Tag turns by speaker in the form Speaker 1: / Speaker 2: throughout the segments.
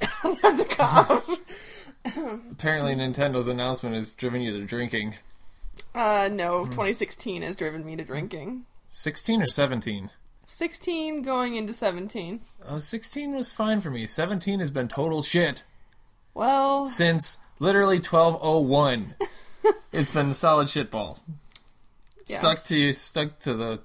Speaker 1: have to cough.
Speaker 2: Apparently, Nintendo's announcement has driven you to drinking.
Speaker 1: Uh, no, 2016 has driven me to drinking.
Speaker 2: 16 or 17?
Speaker 1: 16 going into 17.
Speaker 2: Oh, 16 was fine for me. 17 has been total shit
Speaker 1: Well,
Speaker 2: since literally 1201. it's been a solid shitball.
Speaker 1: Yeah.
Speaker 2: Stuck to stuck to the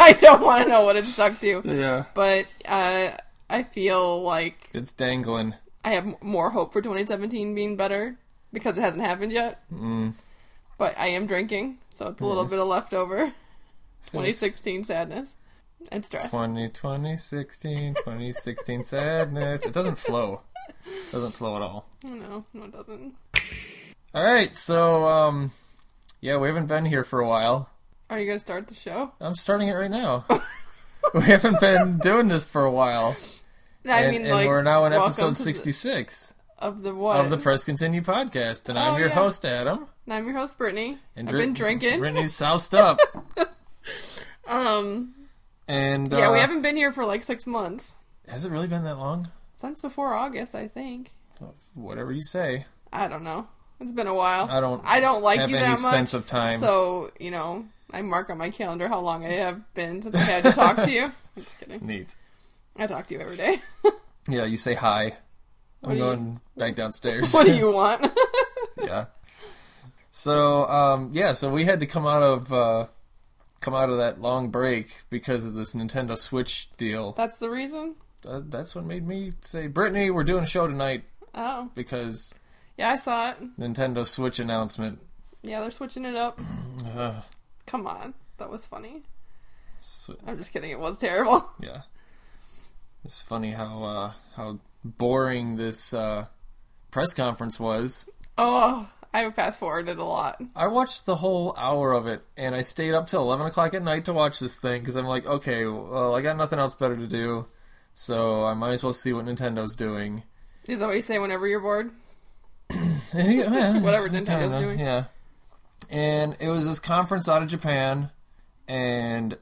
Speaker 1: I don't want to know what it's stuck to,
Speaker 2: yeah.
Speaker 1: but uh, I feel like
Speaker 2: It's dangling.
Speaker 1: I have m- more hope for 2017 being better because it hasn't happened yet. Mm. But I am drinking, so it's a little
Speaker 2: Yes.
Speaker 1: bit of leftover
Speaker 2: Since
Speaker 1: 2016 sadness and stress.
Speaker 2: 2020, 16, 2016 sadness. It doesn't flow. Doesn't flow at all.
Speaker 1: No, no, it doesn't.
Speaker 2: All right, so um, yeah, we haven't been here for a while.
Speaker 1: Are you gonna start the show?
Speaker 2: I'm starting it right now. we haven't been doing this for a while,
Speaker 1: I
Speaker 2: and,
Speaker 1: mean,
Speaker 2: and
Speaker 1: like
Speaker 2: we're now in
Speaker 1: welcome
Speaker 2: episode
Speaker 1: to the-
Speaker 2: 66
Speaker 1: of the what?
Speaker 2: of the Press Continue podcast, and I'm
Speaker 1: Oh,
Speaker 2: your
Speaker 1: yeah.
Speaker 2: host Adam.
Speaker 1: And I'm your host Brittany.
Speaker 2: And
Speaker 1: I've been drinking.
Speaker 2: Brittany's soused up,
Speaker 1: um,
Speaker 2: and
Speaker 1: yeah,
Speaker 2: uh,
Speaker 1: we haven't been here for like six months
Speaker 2: Has it really been that long?
Speaker 1: since before August, I think.
Speaker 2: Whatever you say,
Speaker 1: I don't know. It's been a while.
Speaker 2: I don't.
Speaker 1: I don't like
Speaker 2: have
Speaker 1: you
Speaker 2: any
Speaker 1: that much.
Speaker 2: sense of time.
Speaker 1: So you know, I mark on my calendar how long I have been since I had to talk to you. I'm just kidding.
Speaker 2: Neat.
Speaker 1: I talk to you every day.
Speaker 2: Yeah, you say hi.
Speaker 1: What do
Speaker 2: I'm
Speaker 1: you-
Speaker 2: going back downstairs.
Speaker 1: what do you want?
Speaker 2: yeah. So um, yeah, so we had to come out of uh, come out of that long break because of this Nintendo Switch deal.
Speaker 1: That's the reason.
Speaker 2: Uh, that's what made me say, Brittany, we're doing a show tonight
Speaker 1: Oh,
Speaker 2: because
Speaker 1: yeah, I saw it.
Speaker 2: Nintendo Switch announcement.
Speaker 1: Yeah, they're switching it up.
Speaker 2: Ugh.
Speaker 1: Come on, that was funny.
Speaker 2: Sw-
Speaker 1: I'm just kidding. It was terrible.
Speaker 2: yeah, it's funny how uh, how boring this uh, press conference was.
Speaker 1: Oh, I fast forwarded a lot.
Speaker 2: I watched the whole hour of it, and I stayed up till eleven o'clock at night to watch this thing because I'm like, okay, well, I got nothing else better to do, so I might as well see what Nintendo's doing.
Speaker 1: Is that what you say whenever you're bored?
Speaker 2: Whatever
Speaker 1: Nintendo's doing.
Speaker 2: yeah. And it was this conference out of Japan, and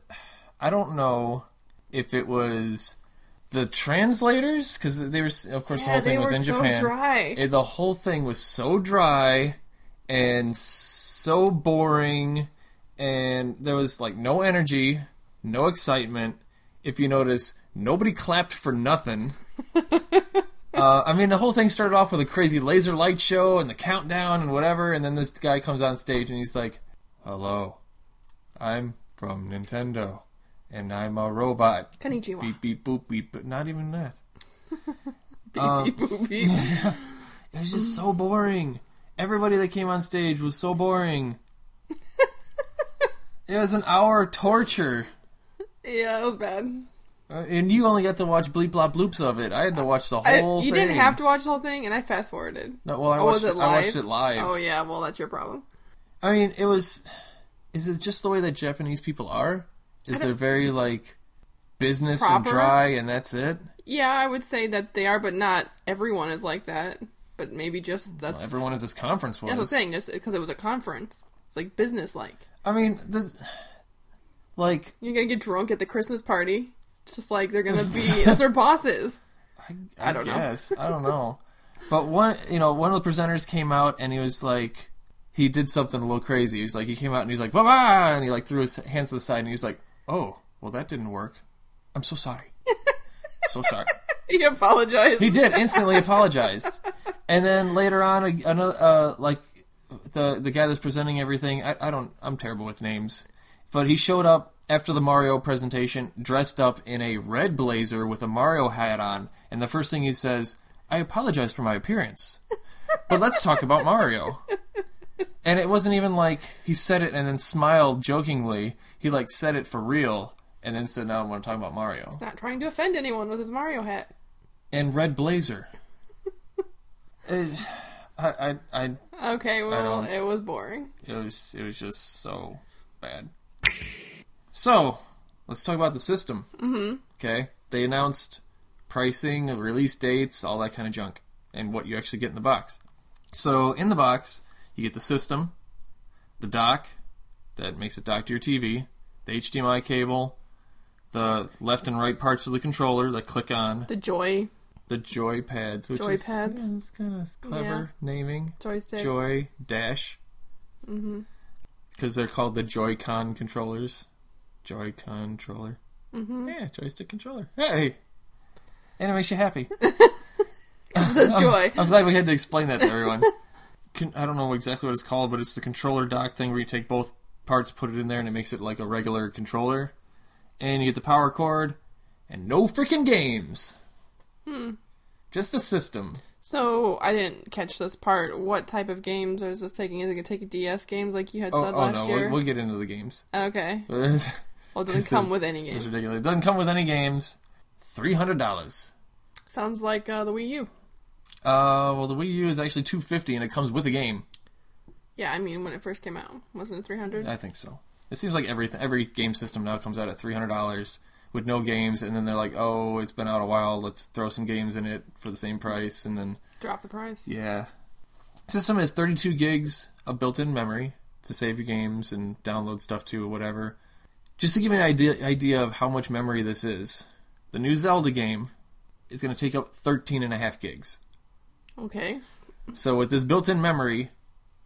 Speaker 2: I don't know if it was the translators because they were, of course, the whole thing
Speaker 1: they
Speaker 2: was
Speaker 1: were
Speaker 2: in
Speaker 1: so
Speaker 2: Japan.
Speaker 1: dry.
Speaker 2: It- the whole thing was so dry and so boring and there was like no energy no excitement if you notice nobody clapped for nothing uh, i mean the whole thing started off with a crazy laser light show and the countdown and whatever and then this guy comes on stage and he's like hello i'm from nintendo and i'm a robot
Speaker 1: Konnichiwa.
Speaker 2: beep beep boop beep but not even that
Speaker 1: Beep,
Speaker 2: Um,
Speaker 1: beep, boop, beep.
Speaker 2: It was
Speaker 1: Mm-hmm.
Speaker 2: just so boring. Everybody that came on stage was so boring. it was an hour of torture.
Speaker 1: yeah, it was bad.
Speaker 2: Uh, and you only got to watch bleep blop bloops of it. I had to watch the
Speaker 1: I,
Speaker 2: whole
Speaker 1: you
Speaker 2: thing.
Speaker 1: didn't have to watch the whole thing, and I fast forwarded.
Speaker 2: No, well, I
Speaker 1: Oh,
Speaker 2: watched,
Speaker 1: was it
Speaker 2: I
Speaker 1: live?
Speaker 2: watched it live.
Speaker 1: Oh yeah, well that's your problem.
Speaker 2: I mean, it was. Is it just the way that Japanese people are? Is they're very like business and
Speaker 1: Proper?
Speaker 2: dry, and that's it.
Speaker 1: Yeah, I would say that they are, but not everyone is like that. But maybe just that's
Speaker 2: Everyone at this conference was.
Speaker 1: that's what I'm saying. Just because it was a conference, it's like business like.
Speaker 2: I mean, this, like
Speaker 1: You're gonna get drunk at the Christmas party, just like they're gonna be as their bosses.
Speaker 2: I,
Speaker 1: don't know.
Speaker 2: guess. I don't know. But one, you know, one of the presenters came out and he was like, he did something a little crazy. He was like, he came out and he's like, blah blah, and he like threw his hands to the side and he was like, oh, well that didn't work. I'm so sorry. so sorry.
Speaker 1: He apologized.
Speaker 2: He did instantly apologized, and then later on, a- another uh, like the the guy that's presenting everything. I, I don't. I'm terrible with names, but he showed up after the Mario presentation dressed up in a red blazer with a Mario hat on, and the first thing he says, "I apologize for my appearance, but let's talk about Mario." And it wasn't even like he said it and then smiled jokingly. He like said it for real, and then said, "Now I want to talk about Mario."
Speaker 1: Not trying to offend anyone with his Mario hat.
Speaker 2: and red blazer. it, I, I, I,
Speaker 1: Okay, well
Speaker 2: don't-
Speaker 1: it was boring.
Speaker 2: it was, it was just so bad. So, let's talk about the system. Mm-hmm. Okay, they announced pricing, release dates, all that kind of junk, and what you actually get in the box. So, in the box, you get the system, the dock that makes it dock to your TV, the HDMI cable, the left and right parts of the controller that click on,
Speaker 1: The joy
Speaker 2: the Joy Pads, which
Speaker 1: Joy
Speaker 2: is
Speaker 1: Pads.
Speaker 2: yeah, it's kind of clever naming.
Speaker 1: Joystick.
Speaker 2: Joy Dash,
Speaker 1: Mm-hmm.
Speaker 2: because they're called the Joy-Con controllers. Joy controller.
Speaker 1: Mm-hmm.
Speaker 2: Yeah, joystick controller. Hey, and it makes you happy.
Speaker 1: It says joy.
Speaker 2: I'm glad we had to explain that to everyone. Con- I don't know exactly what it's called, but it's the controller dock thing where you take both parts, put it in there, and it makes it like a regular controller. And you get the power cord, and no freaking games.
Speaker 1: Hmm.
Speaker 2: Just a system.
Speaker 1: So I didn't catch this part. What type of games is this taking? Is it gonna take DS games like you had
Speaker 2: Oh,
Speaker 1: said
Speaker 2: oh
Speaker 1: last
Speaker 2: no,
Speaker 1: year?
Speaker 2: we'll, we'll get into the games.
Speaker 1: Okay.
Speaker 2: it's
Speaker 1: Well, it
Speaker 2: This
Speaker 1: doesn't come
Speaker 2: is-
Speaker 1: with any games.
Speaker 2: ridiculous. It doesn't come with any games. Three hundred dollars.
Speaker 1: Sounds like uh, the Wii U.
Speaker 2: Uh, well, the Wii U is actually two fifty, and it comes with a game.
Speaker 1: Yeah, I mean when it first came out, wasn't it three hundred?
Speaker 2: I think so. It seems like every every game system now comes out at three hundred dollars with no games, and then they're like, "Oh, it's been out a while. Let's throw some games in it for the same price." And then
Speaker 1: Drop the price.
Speaker 2: yeah, system has thirty two gigs of built in memory to save your games and download stuff to whatever. Just to give you an idea idea of how much memory this is, the new Zelda game is going to take up 13 and a half gigs.
Speaker 1: Okay.
Speaker 2: So with this built-in memory,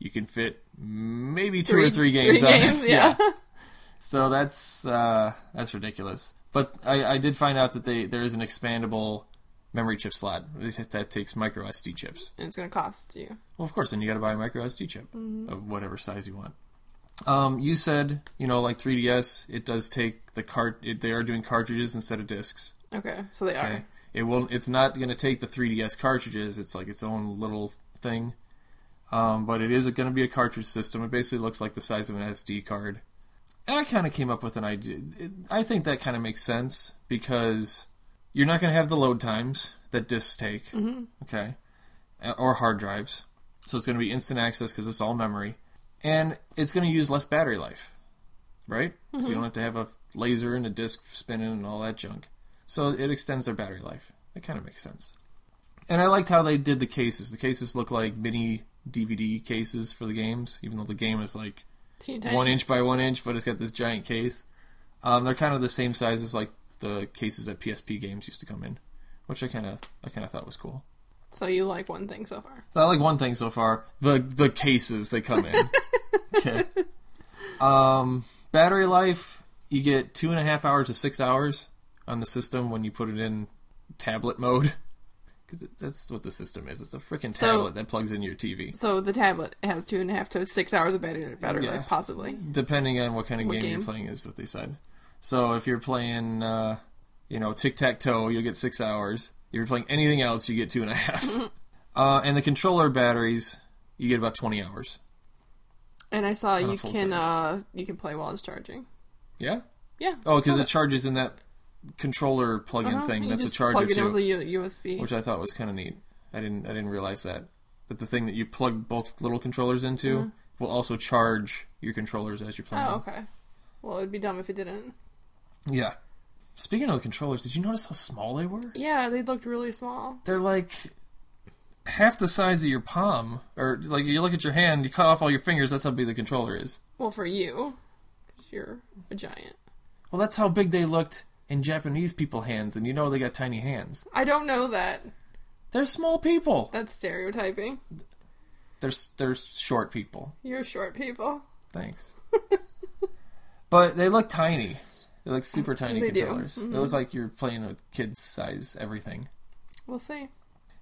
Speaker 2: you can fit maybe two
Speaker 1: Three-
Speaker 2: or three games.
Speaker 1: three
Speaker 2: on
Speaker 1: games,
Speaker 2: it.
Speaker 1: yeah.
Speaker 2: So that's uh, that's ridiculous. But I, I did find out that they there is an expandable memory chip slot that takes micro SD chips.
Speaker 1: And it's gonna cost you.
Speaker 2: Well, of course, then you got to buy a micro SD chip of whatever size you want. Um, you said you know like 3ds, it does take the cart. It, they are doing cartridges instead of discs.
Speaker 1: Okay. So they
Speaker 2: Okay.
Speaker 1: are.
Speaker 2: It will. It's not going to take the 3DS cartridges. It's like its own little thing. Um, but it is going to be a cartridge system. It basically looks like the size of an SD card. And I kind of came up with an idea. It, I think that kind of makes sense because you're not going to have the load times that discs take. Okay. Uh, Or hard drives. So it's going to be instant access because it's all memory. And it's going to use less battery life. Right? 'Cause you don't have to have a laser and a disc spinning and all that junk. So it extends their battery life. That kind of makes sense. And I liked how they did the cases. The cases look like mini DVD cases for the games, even though the game is like
Speaker 1: Teen
Speaker 2: one
Speaker 1: Titans.
Speaker 2: inch by one inch, but it's got this giant case. Um, they're kind of the same size as like the cases that PSP games used to come in, which I kind of I kind of thought was cool.
Speaker 1: So you like one thing so far.
Speaker 2: So I like one thing so far: the the cases they come in. okay. Um, battery life: you get two and a half hours to six hours on the system when you put it in tablet mode, because that's what the system is. It's a freaking
Speaker 1: So-
Speaker 2: tablet that plugs into your TV.
Speaker 1: So the tablet has two and a half to six hours of battery battery
Speaker 2: Yeah.
Speaker 1: life, possibly.
Speaker 2: depending on what kind of
Speaker 1: What
Speaker 2: game, you're
Speaker 1: game?
Speaker 2: playing is what they said. So if you're playing, uh, you know, tic tac toe, you'll get six hours. If you're playing anything else, you get two and a half. uh, and the controller batteries, you get about twenty hours.
Speaker 1: And I saw
Speaker 2: On a
Speaker 1: you
Speaker 2: full
Speaker 1: can
Speaker 2: charge.
Speaker 1: uh you can play while it's charging.
Speaker 2: Yeah.
Speaker 1: Yeah.
Speaker 2: Oh, because
Speaker 1: saw
Speaker 2: it charges in that controller plug-in
Speaker 1: Uh-huh,
Speaker 2: thing.
Speaker 1: you
Speaker 2: That's a
Speaker 1: just
Speaker 2: charger
Speaker 1: plug it in
Speaker 2: too,
Speaker 1: with a U- USB.
Speaker 2: which I thought was kind of neat. I didn't I didn't realize that that the thing that you plug both little controllers into will also charge your controllers as you're playing.
Speaker 1: Mm-hmm. oh,
Speaker 2: them.
Speaker 1: okay. Well, it'd be dumb if it didn't.
Speaker 2: Yeah. Speaking of the controllers, did you notice how small they were?
Speaker 1: Yeah, they looked really small.
Speaker 2: they're like half the size of your palm or like you look at your hand you cut off all your fingers that's how big the controller is
Speaker 1: Well, for you, 'cause you're a giant.
Speaker 2: well that's how big they looked in japanese people hands and you know they got tiny hands
Speaker 1: I don't know that.
Speaker 2: they're small people
Speaker 1: That's stereotyping.
Speaker 2: they're, s- they're short people
Speaker 1: You're short people.
Speaker 2: thanks but they look tiny they look super tiny
Speaker 1: They do. Mm-hmm.
Speaker 2: controllers they look like you're playing with kids size everything
Speaker 1: We'll see.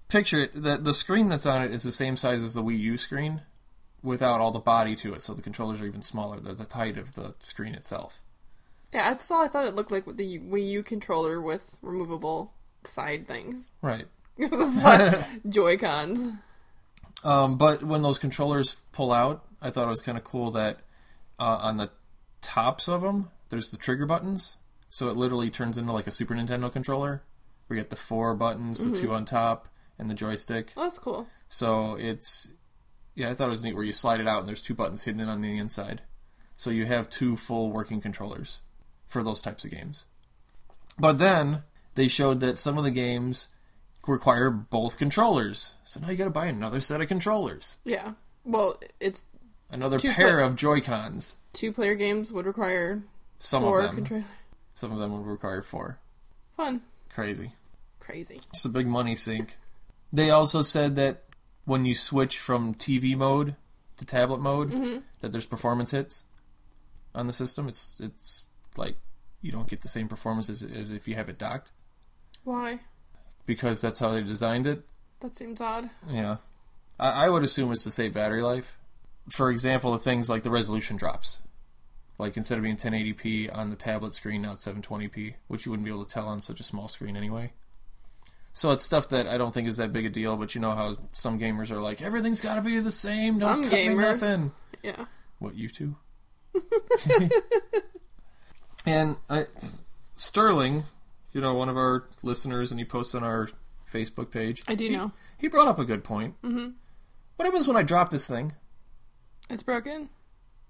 Speaker 2: picture it the, the screen that's on it is the same size as the wii u screen without all the body to it so the controllers are even smaller they're the height of the screen itself
Speaker 1: Yeah, that's all I thought it looked like with the Wii U controller with removable side things.
Speaker 2: right
Speaker 1: It's like Joy Cons.
Speaker 2: um, but when those controllers pull out i thought it was kind of cool that uh, on the tops of them there's the trigger buttons so it literally turns into like a super nintendo controller we get the four buttons the two on top and the joystick
Speaker 1: Oh, that's cool.
Speaker 2: So it's yeah, I thought it was neat where you slide it out and there's two buttons hidden on the inside. So you have two full working controllers for those types of games. But then they showed that some of the games require both controllers. So now you got to buy another set of controllers,
Speaker 1: Yeah. Well, it's
Speaker 2: another
Speaker 1: Two
Speaker 2: pair
Speaker 1: pla-
Speaker 2: of Joy-Cons.
Speaker 1: two player games would require
Speaker 2: Some
Speaker 1: four
Speaker 2: of them,
Speaker 1: controller.
Speaker 2: some of them would require four.
Speaker 1: Fun.
Speaker 2: Crazy.
Speaker 1: crazy.
Speaker 2: It's a big money sink. They also said that when you switch from TV mode to tablet mode,
Speaker 1: Mm-hmm.
Speaker 2: that there's performance hits on the system. It's it's like you don't get the same performance as, as if you have it docked
Speaker 1: Why?
Speaker 2: because that's how they designed it.
Speaker 1: That seems odd.
Speaker 2: Yeah, I, I would assume it's to save battery life. For example, the things like the resolution drops. Like instead of being 1080p on the tablet screen, now it's 720p, which you wouldn't be able to tell on such a small screen anyway. So it's stuff that I don't think is that big a deal, but you know how some gamers are like, everything's got to be the same.
Speaker 1: Some
Speaker 2: Don't cut me
Speaker 1: gamers.
Speaker 2: nothing.
Speaker 1: Yeah.
Speaker 2: What you two? and I, Sterling, you know, one of our listeners, and he posts on our Facebook page.
Speaker 1: I do
Speaker 2: He-
Speaker 1: know.
Speaker 2: He brought up a good point. Mm-hmm. What happens when I drop this thing?
Speaker 1: It's broken.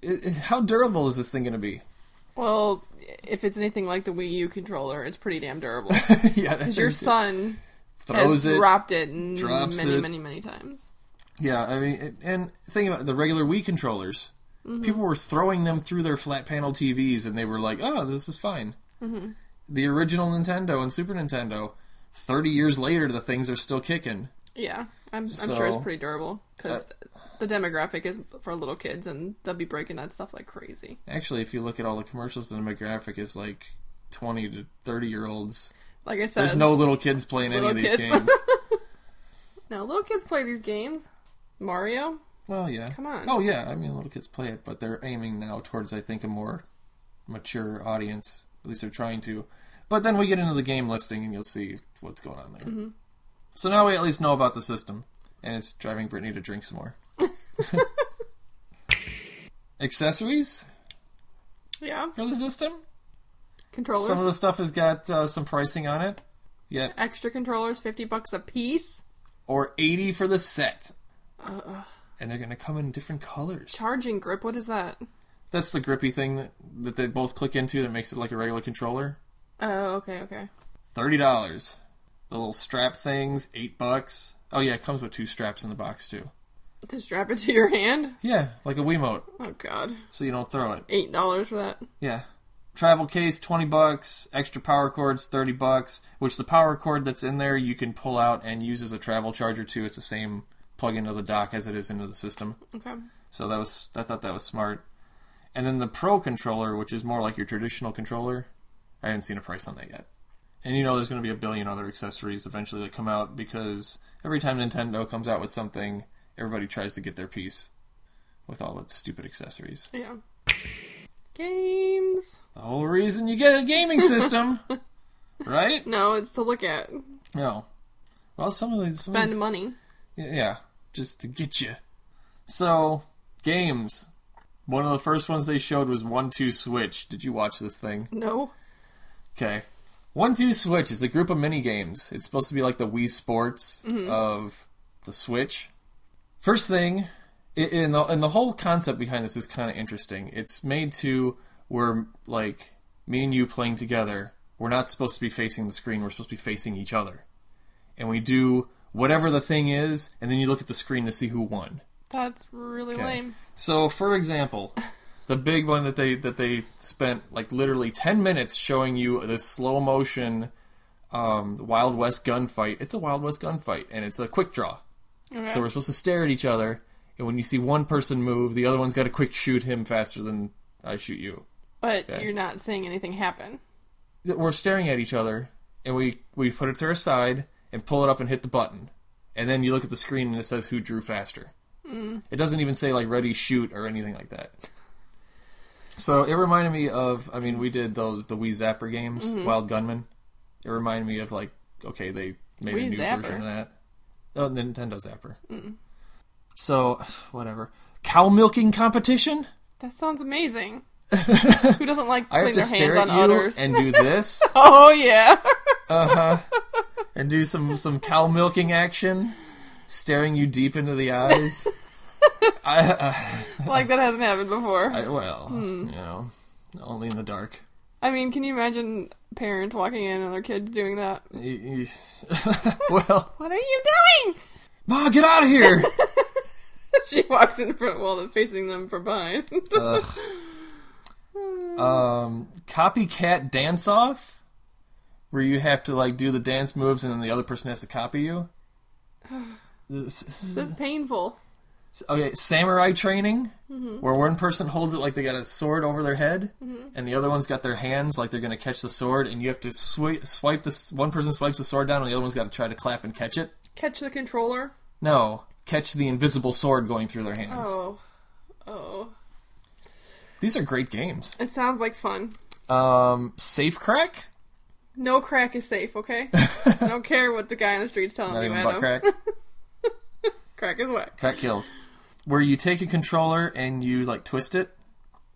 Speaker 2: I- I- how durable is this thing going to be?
Speaker 1: Well, if it's anything like the Wii U controller, it's pretty damn durable.
Speaker 2: yeah, that
Speaker 1: Because your
Speaker 2: thing
Speaker 1: son
Speaker 2: throws
Speaker 1: has
Speaker 2: it.
Speaker 1: dropped it n-
Speaker 2: drops
Speaker 1: many,
Speaker 2: it.
Speaker 1: many, many times.
Speaker 2: Yeah, I mean, it- and think about the regular Wii controllers.
Speaker 1: Mm-hmm.
Speaker 2: People were throwing them through their flat panel TVs, and they were like, "Oh, this is fine."
Speaker 1: Mm-hmm.
Speaker 2: The original Nintendo and Super Nintendo, thirty years later, the things are still kicking.
Speaker 1: Yeah, I'm, I'm sure it's
Speaker 2: So- uh,
Speaker 1: pretty durable because the demographic is for little kids, and they'll be breaking that stuff like crazy.
Speaker 2: Actually, if you look at all the commercials, the demographic is like twenty to thirty year olds.
Speaker 1: Like I said,
Speaker 2: There's no little kids playing any of
Speaker 1: Little
Speaker 2: these
Speaker 1: kids.
Speaker 2: games.
Speaker 1: no little kids play these games. Mario,
Speaker 2: Well, yeah.
Speaker 1: Come on.
Speaker 2: Oh, yeah. I mean, little kids play it, but they're aiming now towards, I think, a more mature audience. At least they're trying to. But then we get into the game listing, and you'll see what's going on there.
Speaker 1: Mm-hmm.
Speaker 2: So now we at least know about the system, and it's driving Brittany to drink some more. Accessories
Speaker 1: yeah,
Speaker 2: for the system.
Speaker 1: controllers,
Speaker 2: Some of the stuff has got uh, some pricing on it. Yet,
Speaker 1: extra controllers, fifty bucks a piece,
Speaker 2: or eighty for the set.
Speaker 1: Uh-uh.
Speaker 2: And they're gonna come in different colors.
Speaker 1: charging grip. What is that?
Speaker 2: That's the grippy thing that, that they both click into that makes it like a regular controller.
Speaker 1: Oh, okay, okay.
Speaker 2: Thirty dollars. The little strap things, eight bucks. Oh yeah, it comes with two straps in the box too.
Speaker 1: To strap it to your hand.
Speaker 2: Yeah, like a Wiimote,
Speaker 1: Oh God,
Speaker 2: so you don't throw it.
Speaker 1: eight dollars for that.
Speaker 2: Yeah. Travel case, twenty bucks, extra power cords, thirty bucks, which the power cord that's in there you can pull out and use as a travel charger too. It's the same plug into the dock as it is into the system.
Speaker 1: Okay.
Speaker 2: So that was I thought that was smart. And then the Pro controller, which is more like your traditional controller, I haven't seen a price on that yet. And you know there's going to be a billion other accessories eventually that come out because every time Nintendo comes out with something, everybody tries to get their piece with all its stupid accessories.
Speaker 1: Yeah. Games.
Speaker 2: The whole reason you get a gaming system, right?
Speaker 1: No, it's to look at.
Speaker 2: No. Well, some of these some of
Speaker 1: Spend
Speaker 2: these-
Speaker 1: money.
Speaker 2: Yeah, yeah, just to get you. So, games. One of the first ones they showed was 1 2 Switch. Did you watch this thing?
Speaker 1: No.
Speaker 2: Okay. 1 2 Switch is a group of mini games. It's supposed to be like the Wii Sports of the Switch. First thing, i- and the, and the whole concept behind this is kind of interesting. It's made to where, like, me and you playing together, we're not supposed to be facing the screen, we're supposed to be facing each other. And we do whatever the thing is, and then you look at the screen to see who won.
Speaker 1: That's really
Speaker 2: Okay.
Speaker 1: lame.
Speaker 2: So, for example, the big one that they that they spent like literally ten minutes showing you this slow motion um, Wild West gunfight. It's a Wild West gunfight, and it's a quick draw.
Speaker 1: Okay.
Speaker 2: So we're supposed to stare at each other, and when you see one person move, the other one's got to quick shoot him faster than I shoot you.
Speaker 1: but
Speaker 2: Okay.
Speaker 1: you're not seeing anything happen.
Speaker 2: We're staring at each other, and we we put it to our side and pull it up and hit the button, and then you look at the screen and it says who drew faster.
Speaker 1: Hmm.
Speaker 2: It doesn't even say like ready shoot or anything like that. So it reminded me of I mean we did those the Wii Zapper games,
Speaker 1: Mm-hmm.
Speaker 2: Wild Gunman. It reminded me of like okay they made a
Speaker 1: Wii
Speaker 2: new
Speaker 1: Zapper?
Speaker 2: version of that. Oh, Nintendo Zapper. So whatever cow milking competition.
Speaker 1: That sounds amazing. Who doesn't like
Speaker 2: I
Speaker 1: putting
Speaker 2: have to
Speaker 1: their hands
Speaker 2: stare
Speaker 1: on
Speaker 2: at you
Speaker 1: udders?
Speaker 2: and do this
Speaker 1: oh yeah.
Speaker 2: and do some some cow milking action, staring you deep into the eyes. I,
Speaker 1: like that hasn't happened before. I,
Speaker 2: I, well, you know, only in the dark.
Speaker 1: mean, can you imagine parents walking in and their kids doing that?
Speaker 2: Y- y- well,
Speaker 1: What are you doing?
Speaker 2: Ma, get out of here!
Speaker 1: she walks in front while they're facing them from behind.
Speaker 2: Ugh. Um, copycat dance off. where you have to like do the dance moves and then the other person has to copy you. This- this
Speaker 1: This
Speaker 2: is-
Speaker 1: is painful.
Speaker 2: okay, samurai training,
Speaker 1: Mm-hmm.
Speaker 2: where one person holds it like they got a sword over their head, and the other one's got their hands like they're gonna catch the sword, and you have to swi swipe this. One person swipes the sword down, and the other one's got to try to clap and catch it.
Speaker 1: Catch the controller.
Speaker 2: No, catch the invisible sword going through their hands.
Speaker 1: Oh. Oh.
Speaker 2: These are great games.
Speaker 1: It sounds like fun.
Speaker 2: Um, safe crack,
Speaker 1: No crack is safe, okay? I don't care what the guy on the street's telling
Speaker 2: not
Speaker 1: you,
Speaker 2: even
Speaker 1: Adam.
Speaker 2: butt crack.
Speaker 1: Crack is whack.
Speaker 2: Crack kills. Where you take a controller and you like twist it,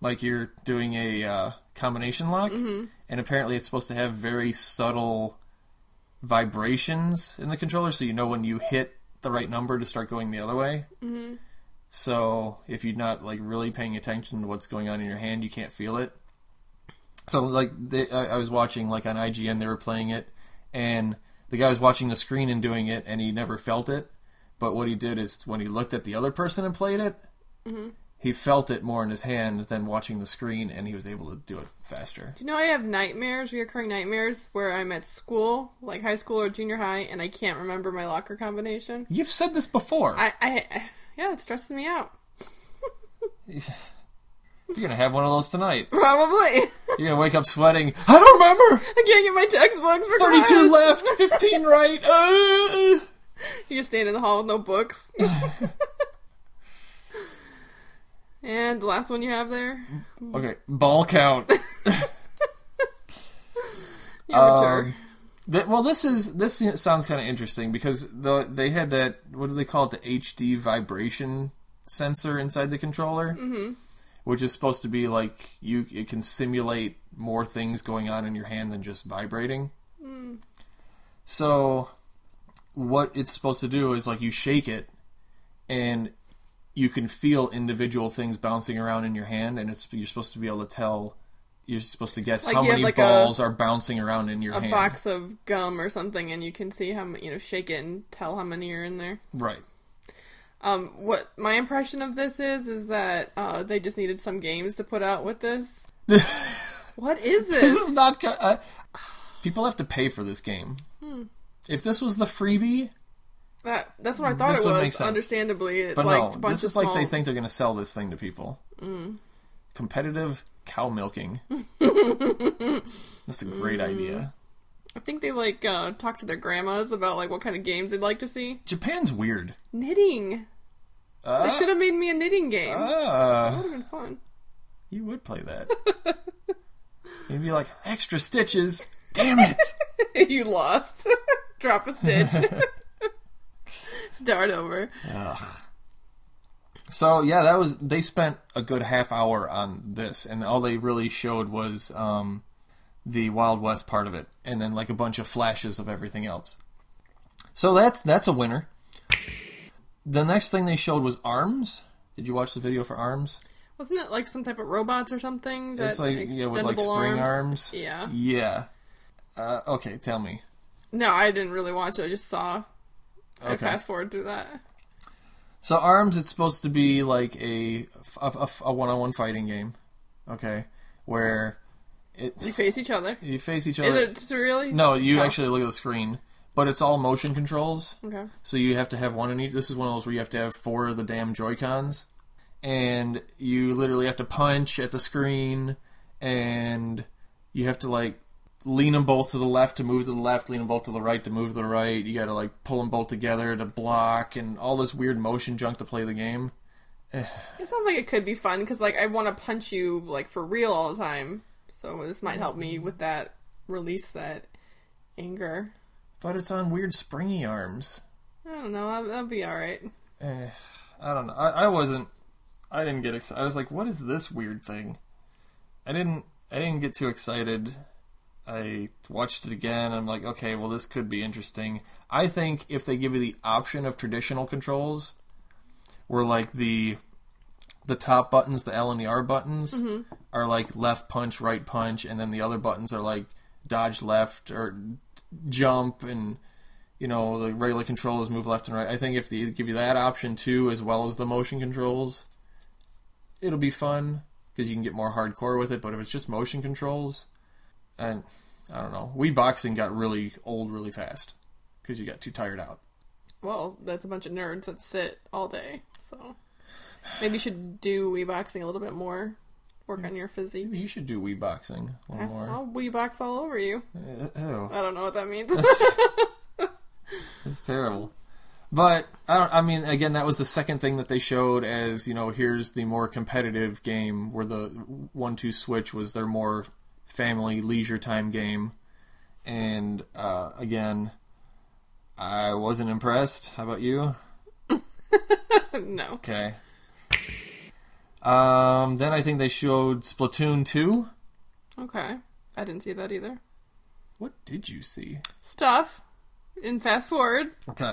Speaker 2: like you're doing a uh, combination lock, and apparently it's supposed to have very subtle vibrations in the controller, so you know when you hit the right number to start going the other way. Mm-hmm. So if you're not like really paying attention to what's going on in your hand, you can't feel it. So like they, I, I was watching like on IGN, they were playing it, and the guy was watching the screen and doing it, and he never felt it. But what he did is when he looked at the other person and played it, he felt it more in his hand than watching the screen, and he was able to do it faster.
Speaker 1: Do you know I have nightmares, reoccurring nightmares, where I'm at school, like high school or junior high, and I can't remember my locker combination?
Speaker 2: You've said this before.
Speaker 1: I, I, I yeah, it stresses me out.
Speaker 2: You're gonna have one of those tonight.
Speaker 1: Probably.
Speaker 2: You're gonna wake up sweating. I don't remember.
Speaker 1: I can't get my textbooks for
Speaker 2: Thirty-two
Speaker 1: class.
Speaker 2: left, fifteen right. Uh, uh.
Speaker 1: You just stand in the hall with no books. and the last one you have there,
Speaker 2: Okay, ball count.
Speaker 1: you amateur.
Speaker 2: Um, th- well, this is this sounds kind of interesting because the they had that what do they call it the HD vibration sensor inside the controller, mm-hmm. which is supposed to be like you it can simulate more things going on in your hand than just vibrating.
Speaker 1: Mm.
Speaker 2: So, what it's supposed to do is like you shake it, and you can feel individual things bouncing around in your hand, and it's you're supposed to be able to tell. You're supposed to guess
Speaker 1: Like
Speaker 2: how
Speaker 1: you have,
Speaker 2: many
Speaker 1: like, a-
Speaker 2: balls are bouncing around in your
Speaker 1: a
Speaker 2: hand.
Speaker 1: box of gum or something, and you can see how m- you know shake it and tell how many are in there.
Speaker 2: Right.
Speaker 1: Um, what my impression of this is is that uh, they just needed some games to put out with this. what is uh,
Speaker 2: This
Speaker 1: this?
Speaker 2: is not. co- I, people have to pay for this game.
Speaker 1: Hmm.
Speaker 2: If this was the freebie,
Speaker 1: That, that's what I thought
Speaker 2: This
Speaker 1: it
Speaker 2: would
Speaker 1: was.
Speaker 2: make sense.
Speaker 1: Understandably, it's
Speaker 2: but
Speaker 1: like a
Speaker 2: no,
Speaker 1: bunch
Speaker 2: this
Speaker 1: of
Speaker 2: is like
Speaker 1: small... Hmm.
Speaker 2: they think they're going to sell this thing to people. Competitive cow milking. That's a great
Speaker 1: Hmm.
Speaker 2: idea.
Speaker 1: I think they like uh, talk to their grandmas about like what kind of games they'd like to see.
Speaker 2: Japan's weird.
Speaker 1: Knitting. They
Speaker 2: Uh,
Speaker 1: should have made me a knitting game.
Speaker 2: uh,
Speaker 1: would have been fun.
Speaker 2: you would play that. You'd be like extra stitches. Damn it!
Speaker 1: you lost. Drop a stitch. Start over.
Speaker 2: So yeah, that was they spent a good half hour on this, and all they really showed was um, the Wild West part of it, and then like a bunch of flashes of everything else. So that's that's a winner. The next thing they showed was Arms. Did you watch the video for Arms?
Speaker 1: Wasn't it like some type of robots or something? That
Speaker 2: It's like yeah, with like
Speaker 1: extendable
Speaker 2: spring arms.
Speaker 1: Yeah.
Speaker 2: Yeah. Uh, okay, tell me.
Speaker 1: No, I didn't really watch it. I just saw. I
Speaker 2: Okay.
Speaker 1: fast forward through that.
Speaker 2: So Arms, it's supposed to be like a a, a one-on-one fighting game. Okay, where it
Speaker 1: You face each other.
Speaker 2: you face each other.
Speaker 1: Is it just really?
Speaker 2: No, you
Speaker 1: Oh,
Speaker 2: actually look at the screen, but it's all motion controls.
Speaker 1: Okay.
Speaker 2: So you have to have one in each. This is one of those where you have to have four of the damn Joy Cons, and you literally have to punch at the screen, and you have to like lean them both to the left to move to the left, lean them both to the right to move to the right. You got to like pull them both together to block, and all this weird motion junk to play the game.
Speaker 1: It sounds like it could be fun because like I want to punch you like for real all the time. So this might help me with that. Release that anger.
Speaker 2: But it's on weird springy arms.
Speaker 1: I don't know. I'll, I'll be all right.
Speaker 2: Eh, I don't know. I, I wasn't. I didn't get excited. I was like, "What is this weird thing?" I didn't. I didn't get too excited. I watched it again. I'm like, okay, well, this could be interesting. I think if they give you the option of traditional controls, where like the the top buttons, the L and the R buttons, are like left punch, right punch, and then the other buttons are like dodge left or jump and you know the regular controls move left and right. I think if they give you that option too, as well as the motion controls, it'll be fun because you can get more hardcore with it. But if it's just motion controls, and I don't know. Wii boxing got really old really fast because you got too tired out.
Speaker 1: Well, that's a bunch of nerds that sit all day. So maybe you should do Wii boxing a little bit more. Work on your physique.
Speaker 2: Maybe you should do Wii boxing a
Speaker 1: Uh-huh.
Speaker 2: little more.
Speaker 1: I'll Wii box all over you.
Speaker 2: Uh, ew.
Speaker 1: I don't know what that means.
Speaker 2: That's, that's terrible. But I don't. I mean, again, that was the second thing that they showed as you know, here's the more competitive game where the one-two switch was their more family leisure time game, and uh, again, I wasn't impressed. How about you?
Speaker 1: no.
Speaker 2: Okay. Um, then I think they showed Splatoon two.
Speaker 1: Okay. I didn't see that either.
Speaker 2: What did you see?
Speaker 1: Stuff. In fast forward.
Speaker 2: Okay.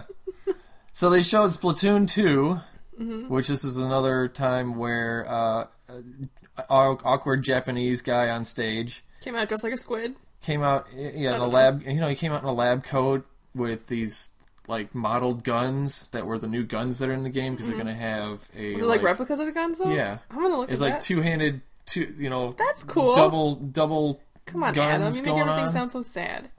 Speaker 2: so they showed Splatoon 2,
Speaker 1: Mm-hmm.
Speaker 2: which this is another time where uh, a aw- awkward Japanese guy on stage
Speaker 1: Came out dressed like a squid.
Speaker 2: came out yeah, in a
Speaker 1: don't know.
Speaker 2: lab. You know, he came out in a lab coat with these like modeled guns that were the new guns that are in the game because they're gonna have a
Speaker 1: Is Mm-hmm. it like, replicas of the guns though?
Speaker 2: yeah.
Speaker 1: I'm gonna look
Speaker 2: It's
Speaker 1: at
Speaker 2: like
Speaker 1: that.
Speaker 2: two handed, two you know
Speaker 1: That's cool.
Speaker 2: double double
Speaker 1: Come on, Adam.
Speaker 2: guns
Speaker 1: You make
Speaker 2: going
Speaker 1: everything
Speaker 2: on.
Speaker 1: sound so sad.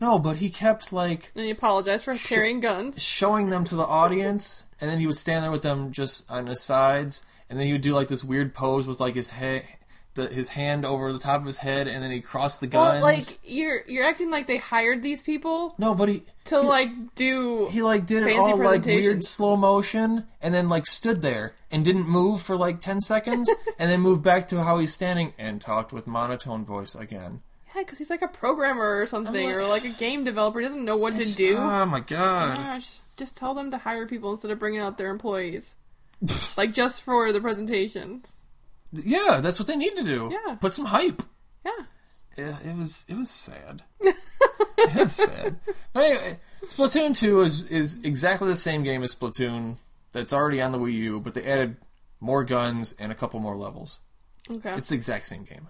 Speaker 2: no, but he kept like
Speaker 1: And you apologize for carrying guns.
Speaker 2: showing them to the audience, and then he would stand there with them just on his sides, and then he would do like this weird pose with like his head, the, his hand over the top of his head, and then he crossed the guns.
Speaker 1: Well, like you're you're acting like they hired these people
Speaker 2: no, but he
Speaker 1: to like do
Speaker 2: he like did it
Speaker 1: Fancy
Speaker 2: all like
Speaker 1: presentation.
Speaker 2: weird slow motion, and then like stood there and didn't move for like ten seconds, and then moved back to how he's standing and talked with monotone voice again.
Speaker 1: Yeah, because he's like a programmer or something,
Speaker 2: like-
Speaker 1: or like a game developer. He doesn't know what to do.
Speaker 2: Oh my god!
Speaker 1: Gosh, just tell them to hire people instead of bringing out their employees. like just for the presentation.
Speaker 2: Yeah, that's what they need to do.
Speaker 1: Yeah.
Speaker 2: put some hype.
Speaker 1: Yeah.
Speaker 2: Yeah, it was it was sad. it was sad. But anyway, Splatoon two is is exactly the same game as Splatoon that's already on the Wii U, but they added more guns and a couple more levels.
Speaker 1: Okay.
Speaker 2: It's the exact same game.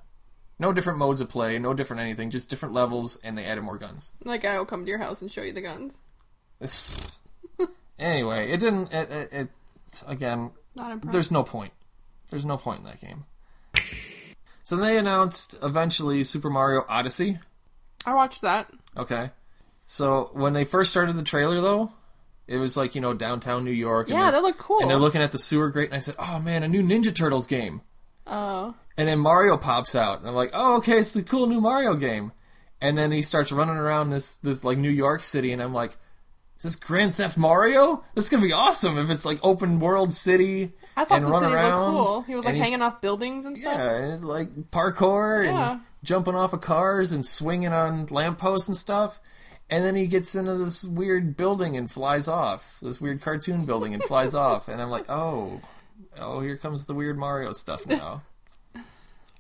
Speaker 2: No different modes of play, no different anything, just different levels, and they added more guns.
Speaker 1: That guy will come to your house and show you the guns.
Speaker 2: It's- anyway, it didn't. It, it, it again,
Speaker 1: Not impressed.
Speaker 2: there's no point. There's no point in that game. So they announced eventually Super Mario Odyssey.
Speaker 1: I watched that.
Speaker 2: Okay. So when they first started the trailer, though, it was like you know downtown New York.
Speaker 1: Yeah,
Speaker 2: and
Speaker 1: that
Speaker 2: they're,
Speaker 1: looked cool.
Speaker 2: and they're looking at the sewer grate, and I said, "Oh man, a new Ninja Turtles game."
Speaker 1: Oh.
Speaker 2: And then Mario pops out, and I'm like, "Oh, okay, it's the cool new Mario game." And then he starts running around this this like New York City, and I'm like, "Is this Grand Theft Mario? This is gonna be awesome if it's like open world city."
Speaker 1: I thought
Speaker 2: and
Speaker 1: the
Speaker 2: run
Speaker 1: city
Speaker 2: around,
Speaker 1: looked cool. He was like
Speaker 2: and he's-
Speaker 1: hanging off buildings and stuff.
Speaker 2: yeah, and it's like parkour and
Speaker 1: Yeah.
Speaker 2: jumping off of cars and swinging on lampposts and stuff. And then he gets into this weird building and flies off. This weird cartoon building and flies off. And I'm like, oh, oh, here comes the weird Mario stuff now.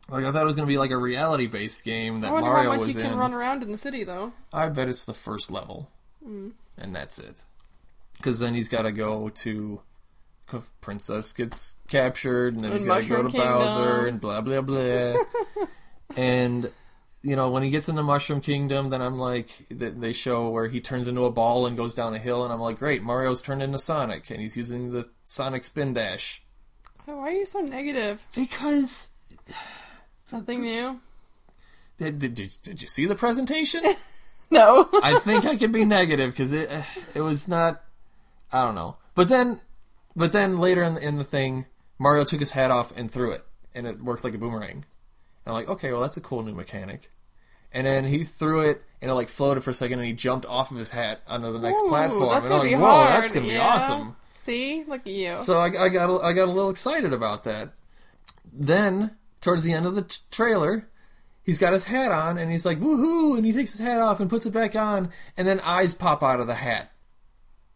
Speaker 2: like I thought it was gonna be like a reality based game that
Speaker 1: I wonder
Speaker 2: Mario
Speaker 1: how much
Speaker 2: was
Speaker 1: you can
Speaker 2: in.
Speaker 1: run around in the city though.
Speaker 2: I bet it's the first level,
Speaker 1: Hmm.
Speaker 2: and that's it. Because then he's got to go to c- Princess gets captured, and then
Speaker 1: And
Speaker 2: he's got to go to
Speaker 1: Mushroom Kingdom.
Speaker 2: Bowser, and blah blah blah. and you know when he gets into Mushroom Kingdom, then I'm like, th- they show where he turns into a ball and goes down a hill, and I'm like, great, Mario's turned into Sonic, and he's using the Sonic Spin Dash
Speaker 1: Oh, why are you so negative?
Speaker 2: because.
Speaker 1: Nothing new.
Speaker 2: Did, did, did did you see the presentation?
Speaker 1: No.
Speaker 2: I think I can be negative because it it was not. I don't know. But then, but then later in the, in the thing, Mario took his hat off and threw it, and it worked like a boomerang. And I'm like, okay, well that's a cool new mechanic. And then he threw it, and it like floated for a second, and he jumped off of his hat onto the next
Speaker 1: Ooh,
Speaker 2: platform.
Speaker 1: That's
Speaker 2: and
Speaker 1: gonna
Speaker 2: I'm like,
Speaker 1: be
Speaker 2: whoa,
Speaker 1: hard.
Speaker 2: that's gonna be
Speaker 1: yeah.
Speaker 2: awesome.
Speaker 1: See, look at you.
Speaker 2: So I, I got a, I got a little excited about that. Then towards the end of the t- trailer, he's got his hat on and he's like woohoo, and he takes his hat off and puts it back on, and then eyes pop out of the hat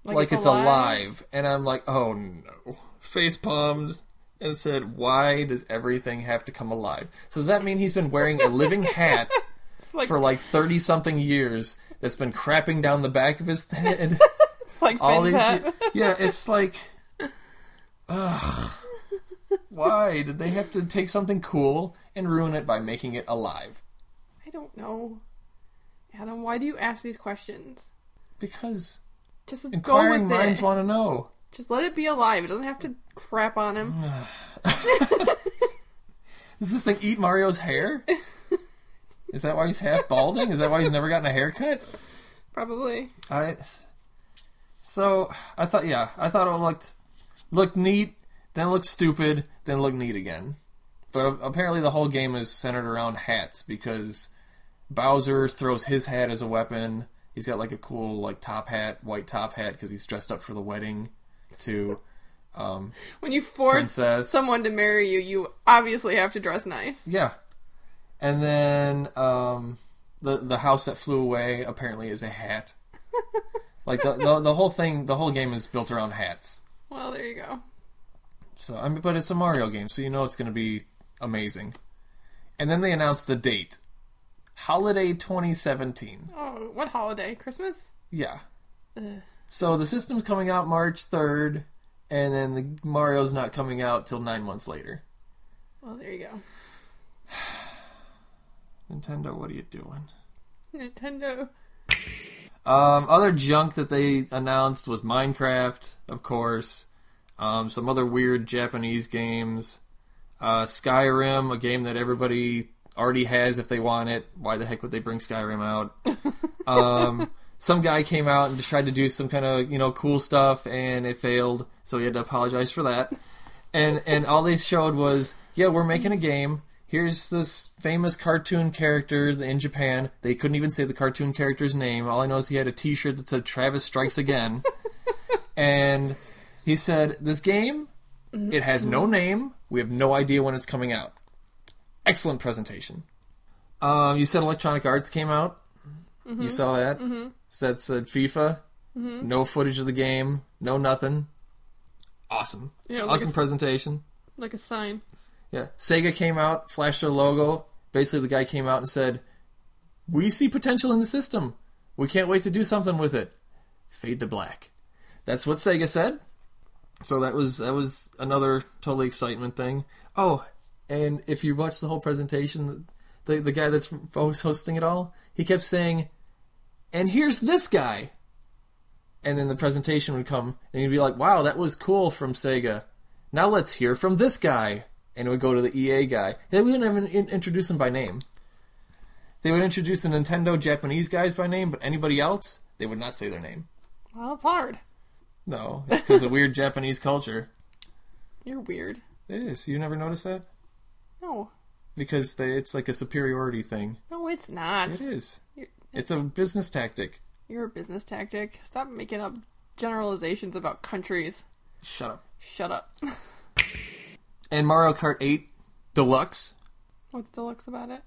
Speaker 2: like, it's, alive. and I'm like, oh no, face palmed. And said, "Why does everything have to come alive?" So does that mean he's been wearing a living hat
Speaker 1: It's like,
Speaker 2: for like thirty something years? That's been crapping down the back of his head
Speaker 1: it's like
Speaker 2: all
Speaker 1: Finn's
Speaker 2: these
Speaker 1: hat.
Speaker 2: ye- yeah it's like ugh why did they have to take something cool and ruin it by making it alive
Speaker 1: I don't know. Adam, why do you ask these questions?
Speaker 2: because
Speaker 1: Just go
Speaker 2: inquiring
Speaker 1: with
Speaker 2: minds
Speaker 1: it.
Speaker 2: want to know
Speaker 1: Just let it be alive. It doesn't have to crap on him.
Speaker 2: Mm. does this thing eat mario's hair Is that why he's half balding? Is that why he's never gotten a haircut?
Speaker 1: Probably.
Speaker 2: I so I thought yeah, I thought it looked looked neat, then looked stupid, then looked neat again. But a- apparently the whole game is centered around hats because Bowser throws his hat as a weapon. He's got like a cool like top hat, white top hat because he's dressed up for the wedding too. Um,
Speaker 1: When you force
Speaker 2: Princess.
Speaker 1: someone to marry you, you obviously have to dress nice.
Speaker 2: yeah, and then um, the the house that flew away apparently is a hat. like the, the the whole thing, the whole game is built around hats.
Speaker 1: Well, there you go.
Speaker 2: So I mean, but it's a Mario game, so you know it's going to be amazing. And then they announced the date, holiday 2017.
Speaker 1: Oh, what holiday? Christmas?
Speaker 2: Yeah.
Speaker 1: Ugh.
Speaker 2: So the system's coming out March 3rd, and then the Mario's not coming out till nine months later.
Speaker 1: Well, Oh, there you go.
Speaker 2: Nintendo, what are you doing?
Speaker 1: Nintendo.
Speaker 2: Um, other junk that they announced was Minecraft, of course. Um, some other weird Japanese games. Uh, Skyrim, a game that everybody already has if they want it. Why the heck would they bring Skyrim out? um, some guy came out and tried to do some kind of you know cool stuff, and it failed, so he had to apologize for that. And and all they showed was, yeah, we're making a game. Here's this famous cartoon character in Japan. They couldn't even say the cartoon character's name. All I know is he had a T-shirt that said "Travis Strikes Again," and he said, "This game, it has no name. We have no idea when it's coming out." Excellent presentation. Um, you said Electronic Arts came out. You saw that. Mm-hmm. That said FIFA. No footage of the game. No nothing. Awesome.
Speaker 1: Yeah, like
Speaker 2: awesome
Speaker 1: a-
Speaker 2: presentation.
Speaker 1: Like a sign.
Speaker 2: Yeah. Sega came out, flashed their logo. Basically, the guy came out and said, We see potential in the system. We can't wait to do something with it. Fade to black. That's what Sega said. So that was that was another totally excitement thing. Oh, and if you watch the whole presentation, the the guy that's host- hosting it all, he kept saying, "And here's this guy." And then the presentation would come, and you'd be like, "Wow, that was cool from Sega." Now let's hear from this guy. And it would go to the EA guy. They wouldn't even in- introduce him by name. They would introduce the Nintendo Japanese guys by name, but anybody else, they would not say their name.
Speaker 1: Well, it's hard.
Speaker 2: No, it's because of weird Japanese culture.
Speaker 1: You're weird.
Speaker 2: It is. You never noticed that?
Speaker 1: No.
Speaker 2: Because they, it's like a superiority thing.
Speaker 1: No, it's not.
Speaker 2: It is.
Speaker 1: You're-
Speaker 2: It's a business tactic.
Speaker 1: You're a business tactic. Stop making up generalizations about countries.
Speaker 2: Shut up.
Speaker 1: Shut up.
Speaker 2: And Mario Kart 8 Deluxe,
Speaker 1: What's deluxe about it?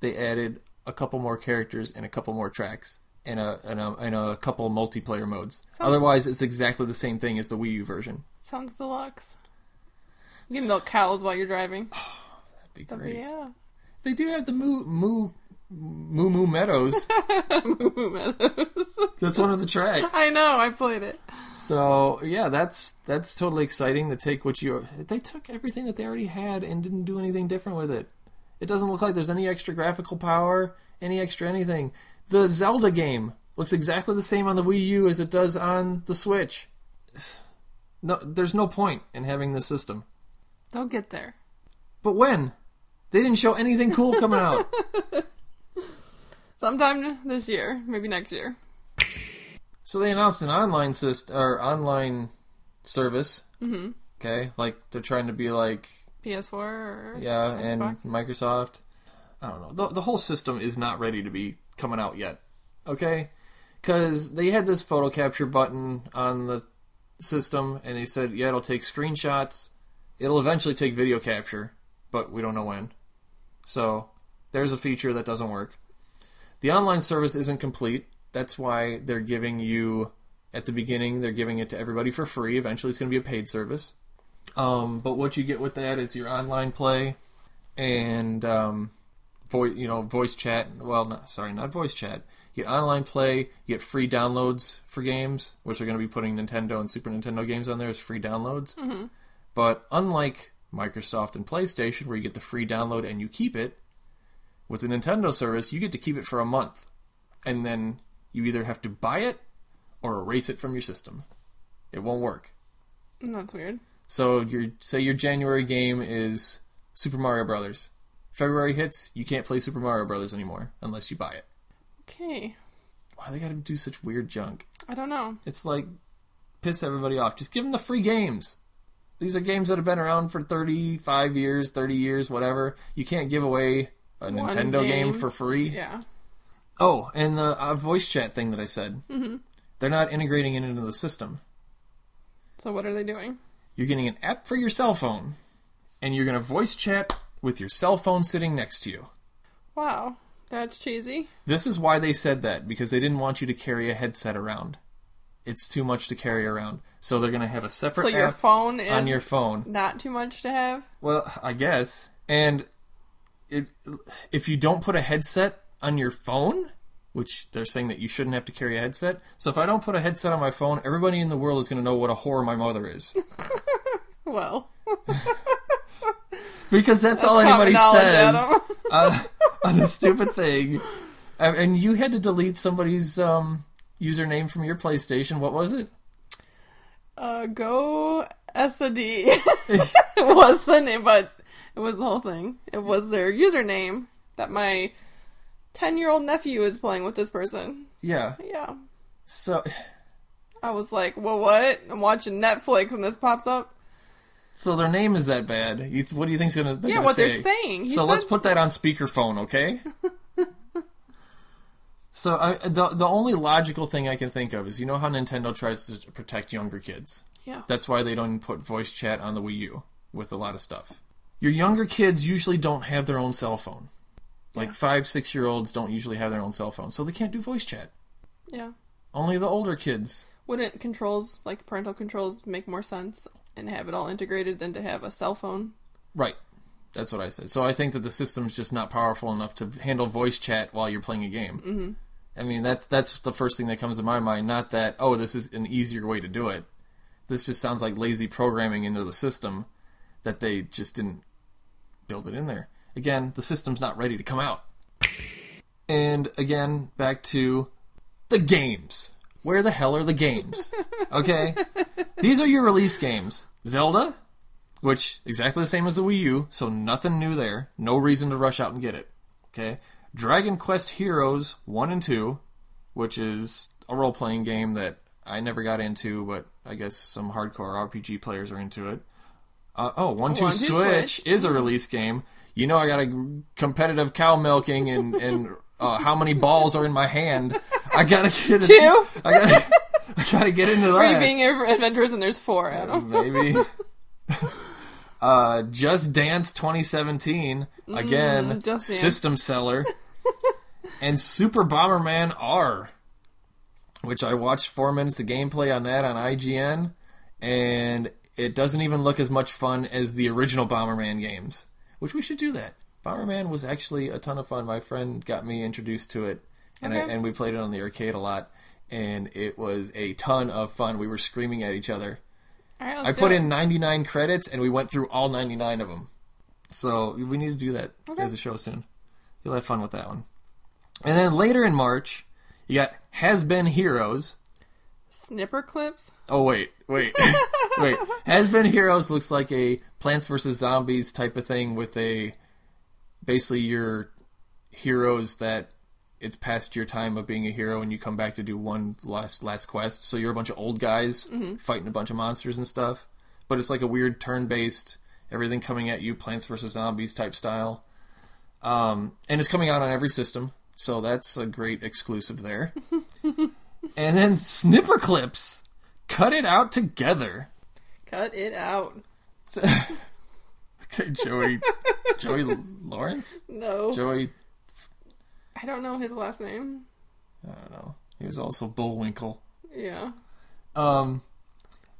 Speaker 2: they added a couple more characters and a couple more tracks and a, and a, and a couple multiplayer modes.
Speaker 1: Sounds-
Speaker 2: Otherwise, it's exactly the same thing as the Wii U version.
Speaker 1: Sounds deluxe. You can milk cows while you're driving.
Speaker 2: That'd be
Speaker 1: That'd
Speaker 2: great.
Speaker 1: be- yeah.
Speaker 2: They do have the Moo Moo Moo Moo Meadows. that's one of the tracks.
Speaker 1: I know. I played it.
Speaker 2: So yeah, that's that's totally exciting to take what you they took everything that they already had and didn't do anything different with it. It doesn't look like there's any extra graphical power, any extra anything. The Zelda game looks exactly the same on the Wii U as it does on the Switch. No, there's no point in having this system.
Speaker 1: They'll get there.
Speaker 2: But when? They didn't show anything cool coming out.
Speaker 1: Sometime this year, maybe next year.
Speaker 2: So they announced an online system or online service. Mm-hmm. Okay, like they're trying to be like
Speaker 1: PS4 or
Speaker 2: yeah, and
Speaker 1: Xbox?
Speaker 2: Microsoft. I don't know. The, the whole system is not ready to be coming out yet. Okay, because they had this photo capture button on the system, and they said, yeah, it'll take screenshots. It'll eventually take video capture, but we don't know when. So there's a feature that doesn't work. The online service isn't complete. That's why they're giving you at the beginning. They're giving it to everybody for free. Eventually, it's going to be a paid service. Um, but what you get with that is your online play and um, voice, you know, voice chat. Well, not, sorry, not voice chat. You get online play. You get free downloads for games, which they're going to be putting Nintendo and Super Nintendo games on there as free downloads. But unlike Microsoft and PlayStation, where you get the free download and you keep it, with the Nintendo service, you get to keep it for a month, and then you either have to buy it or erase it from your system. It won't work.
Speaker 1: Mm, That's weird.
Speaker 2: So your say your January game is Super Mario Brothers. February hits, you can't play Super Mario Brothers anymore unless you buy it.
Speaker 1: Okay.
Speaker 2: Why they gotta do such weird junk?
Speaker 1: I don't know.
Speaker 2: It's like piss everybody off. Just give them the free games. These are games that have been around for 35 years, 30 years, whatever. You can't give away a
Speaker 1: One
Speaker 2: Nintendo
Speaker 1: game.
Speaker 2: game. for free.
Speaker 1: Yeah.
Speaker 2: Oh, and the uh, voice chat thing that I said. Mm-hmm. They're not integrating it into the system.
Speaker 1: So what are they doing?
Speaker 2: You're getting an app for your cell phone, and you're going to voice chat with your cell phone sitting next to you.
Speaker 1: Wow. That's cheesy.
Speaker 2: This is why they said that, because they didn't want you to carry a headset around. It's too much to carry around. So they're going to have a separate
Speaker 1: So your
Speaker 2: app
Speaker 1: phone is
Speaker 2: on your phone.
Speaker 1: not too much to have.
Speaker 2: Well, I guess. And it, if you don't put a headset on your phone, which they're saying that you shouldn't have to carry a headset. So if I don't put a headset on my phone, everybody in the world is going to know what a whore my mother is.
Speaker 1: Well,
Speaker 2: Because that's, all
Speaker 1: common
Speaker 2: anybody
Speaker 1: knowledge,
Speaker 2: says
Speaker 1: Adam.
Speaker 2: uh, on a stupid thing. And- And you had to delete somebody's um, username from your PlayStation. What was it?
Speaker 1: uh, go SD was the name, but it was the whole thing. It was their username that my ten-year-old nephew is playing with this person.
Speaker 2: Yeah.
Speaker 1: Yeah.
Speaker 2: So
Speaker 1: I was like, well, what? I'm watching Netflix and this pops up.
Speaker 2: so their name is that bad. You, what do you think's going to
Speaker 1: Yeah, what they're saying. He
Speaker 2: so
Speaker 1: said,
Speaker 2: let's put that on speakerphone, okay? so I, the the only logical thing I can think of is you know how Nintendo tries to protect younger kids.
Speaker 1: yeah.
Speaker 2: That's why they don't put voice chat on the Wii U with a lot of stuff. Your younger kids usually don't have their own cell phone. Like five, six year olds don't usually have their own cell phone, so they can't do voice chat.
Speaker 1: Yeah.
Speaker 2: Only the older kids.
Speaker 1: Wouldn't controls, like parental controls, make more sense and have it all integrated than to have a cell phone?
Speaker 2: Right. That's what I said. So I think that the system's just not powerful enough to handle voice chat while you're playing a game. Mm-hmm. I mean, that's that's the first thing that comes to my mind. Not that oh, this is an easier way to do it. This just sounds like lazy programming into the system that they just didn't build it in there. Again, the system's not ready to come out. And again, back to the games. Where the hell are the games? Okay, these are your release games. Zelda, which exactly the same as the Wii U, so nothing new there. No reason to rush out and get it. Okay, Dragon Quest Heroes one and two, which is a role playing game that I never got into, but I guess some hardcore RPG players are into it. Uh, oh, one two
Speaker 1: One Two
Speaker 2: switch,
Speaker 1: Switch.
Speaker 2: is a release game. You know, I got a competitive cow milking and and uh, how many balls are in my hand. I gotta get
Speaker 1: Two?
Speaker 2: I gotta, I gotta get into that.
Speaker 1: Are you being adventurous and there's four, Adam?
Speaker 2: Maybe. uh, Just Dance 2017 again,
Speaker 1: Mm, Just Dance.
Speaker 2: system seller, and Super Bomberman R, which I watched four minutes of gameplay on that on IGN, and it doesn't even look as much fun as the original Bomberman games, which we should do that. Bomberman was actually a ton of fun. My friend got me introduced to it, and I,
Speaker 1: Okay.
Speaker 2: and we played it on the arcade a lot. And it was a ton of fun. We were screaming at each other.
Speaker 1: All right,
Speaker 2: I
Speaker 1: let's do
Speaker 2: put
Speaker 1: it.
Speaker 2: in 99 credits and we went through all 99 of them. So we need to do that as a show soon. You'll have fun with that one. And then later in March, you got Has Been Heroes.
Speaker 1: snipper clips.
Speaker 2: Oh, wait, wait, wait. Has Been Heroes looks like a Plants vs. Zombies type of thing with a basically your heroes that it's past your time of being a hero and you come back to do one last last quest. So you're a bunch of old guys fighting a bunch of monsters and stuff. But it's like a weird turn based everything coming at you Plants vs Zombies type style. Um, and it's coming out on every system, so that's a great exclusive there. and then Snipper Clips, cut it out together.
Speaker 1: Cut it out.
Speaker 2: okay, Joey, Joey Lawrence,
Speaker 1: No,
Speaker 2: Joey
Speaker 1: I don't know his last name.
Speaker 2: I don't know. He was also Bullwinkle.
Speaker 1: Yeah,
Speaker 2: Um,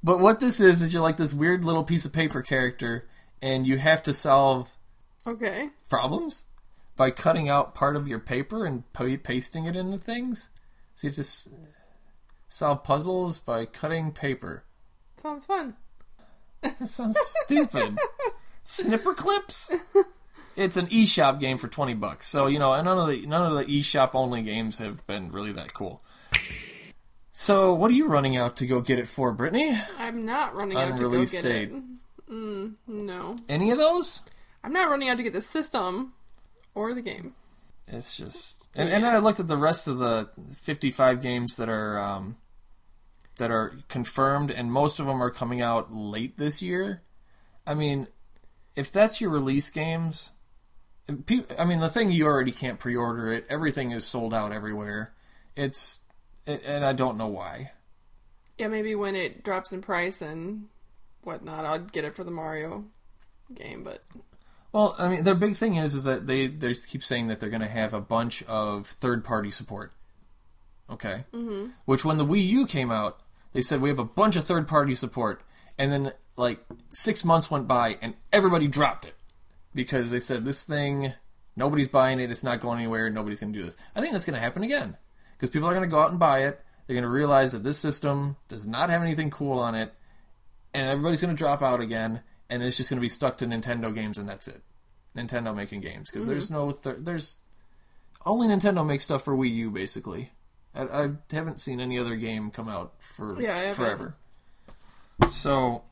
Speaker 2: but what this is is you're like this weird little piece of paper character, and you have to solve
Speaker 1: okay.
Speaker 2: problems by cutting out part of your paper and pa- pasting it into things. So you have to s- solve puzzles by cutting paper.
Speaker 1: Sounds fun.
Speaker 2: That sounds stupid. Snipper clips. It's an eShop game for twenty bucks. So you know, and none of the none of the eShop only games have been really that cool. So what are you running out to go get it for, Brittany?
Speaker 1: I'm not running out to go
Speaker 2: Unreleased
Speaker 1: get
Speaker 2: date.
Speaker 1: it. Mm, no,
Speaker 2: Any of those?
Speaker 1: I'm not running out to get the system. or the game.
Speaker 2: It's just, and, and then I looked at the rest of the 55 games that are um, that are confirmed, and most of them are coming out late this year. I mean, if that's your release games, and pe- I mean, the thing you already can't pre-order it. Everything is sold out everywhere. It's, and- and I don't know why.
Speaker 1: Yeah, maybe when it drops in price and whatnot, I'd get it for the Mario game. But
Speaker 2: Well, I mean, their big thing is is that they they just keep saying that they're going to have a bunch of third party support. Okay. Mm-hmm. Which when the Wii U came out, they said we have a bunch of third party support, and then like six months went by and everybody dropped it because they said this thing nobody's buying it, it's not going anywhere, nobody's going to do this. I think that's going to happen again because people are going to go out and buy it. They're going to realize that this system does not have anything cool on it, and everybody's going to drop out again, and it's just going to be stuck to Nintendo games, and that's it. Nintendo making games because
Speaker 1: Mm-hmm.
Speaker 2: there's no thir- there's only Nintendo makes stuff for Wii U basically. I, I haven't seen any other game come out for
Speaker 1: Yeah, I haven't.
Speaker 2: forever. So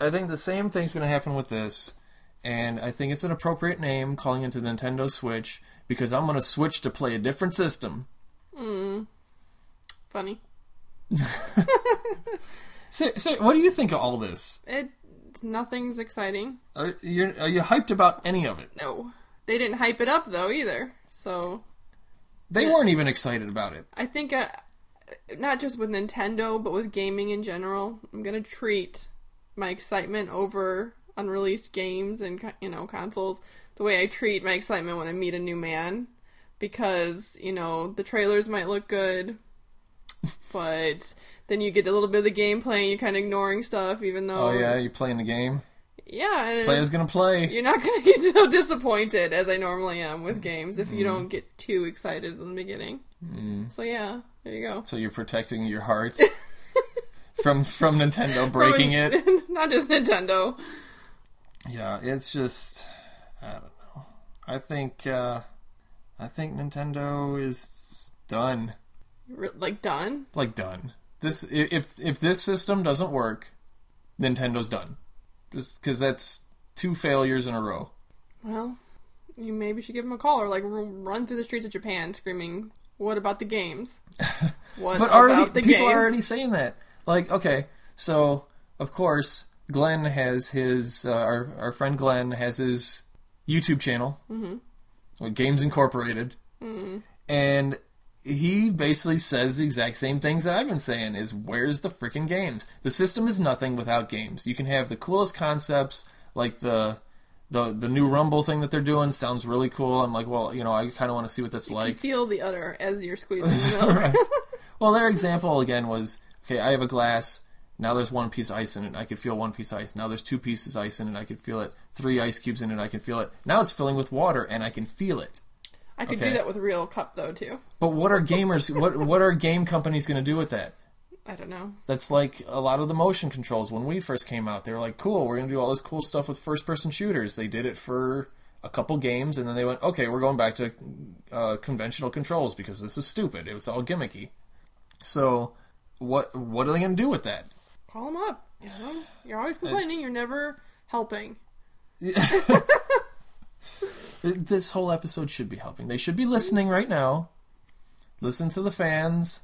Speaker 2: I think the same thing's going to happen with this, and I think it's an appropriate name calling it the Nintendo Switch because I'm going to switch to play a different system.
Speaker 1: funny,
Speaker 2: Say, say, what do you think of all this?
Speaker 1: it nothing's exciting.
Speaker 2: Are you, are you hyped about any of it?
Speaker 1: No, they didn't hype it up though either. So
Speaker 2: They weren't even excited about it.
Speaker 1: I think uh, not just with Nintendo, but with gaming in general, I'm gonna treat my excitement over unreleased games and co- you know consoles the way I treat my excitement when I meet a new man, because you know the trailers might look good, but then you get a little bit of the gameplay and you're kind of ignoring stuff, even though
Speaker 2: Oh yeah, you playing the game?
Speaker 1: yeah, and
Speaker 2: Player's gonna play.
Speaker 1: you're not gonna get so disappointed as I normally am with games
Speaker 2: Mm-hmm.
Speaker 1: if you don't get too excited in the beginning.
Speaker 2: Mm.
Speaker 1: So yeah, there you go.
Speaker 2: So you're protecting your heart from from Nintendo breaking it.
Speaker 1: Not just Nintendo.
Speaker 2: Yeah, it's just I don't know. I think uh I think Nintendo is done.
Speaker 1: Re- Like done.
Speaker 2: Like done. This i- if if this system doesn't work, Nintendo's done. Just cuz that's two failures in a row.
Speaker 1: Well, you maybe should give them a call or like r- run through the streets of Japan screaming, "What about the games? What
Speaker 2: But
Speaker 1: about
Speaker 2: already
Speaker 1: the
Speaker 2: people
Speaker 1: games?"
Speaker 2: are already saying that. Like, okay, so of course Glenn has his uh, our our friend Glenn has his YouTube channel,
Speaker 1: Mm-hmm.
Speaker 2: with Games Incorporated, and he basically says the exact same things that I've been saying. Is where's the freaking games? The system is nothing without games. You can have the coolest concepts like the. The, the new Rumble thing that they're doing sounds really cool. I'm like, well, you know, I kind of want to see what that's
Speaker 1: You
Speaker 2: like.
Speaker 1: feel the udder as you're squeezing the milk.
Speaker 2: Well, their example again was okay, I have a glass. Now there's one piece of ice in it. I could feel one piece of ice. Now there's two pieces of ice in it. I could feel it. Three ice cubes in it. I can feel it. Now it's filling with water and I can feel it.
Speaker 1: I could
Speaker 2: Okay.
Speaker 1: do that with a real cup though too.
Speaker 2: But what are gamers, what, what are game companies going to do with that?
Speaker 1: I don't know.
Speaker 2: That's like a lot of the motion controls when we first came out. They were like, cool, we're going to do all this cool stuff with first person shooters. They did it for a couple games and then they went, okay, we're going back to uh, conventional controls because this is stupid. It was all gimmicky. So, what what are they going to do with that?
Speaker 1: Call them up. You know? You're always complaining.
Speaker 2: It's-
Speaker 1: You're never helping.
Speaker 2: This whole episode should be helping. They should be listening right now. Listen to the fans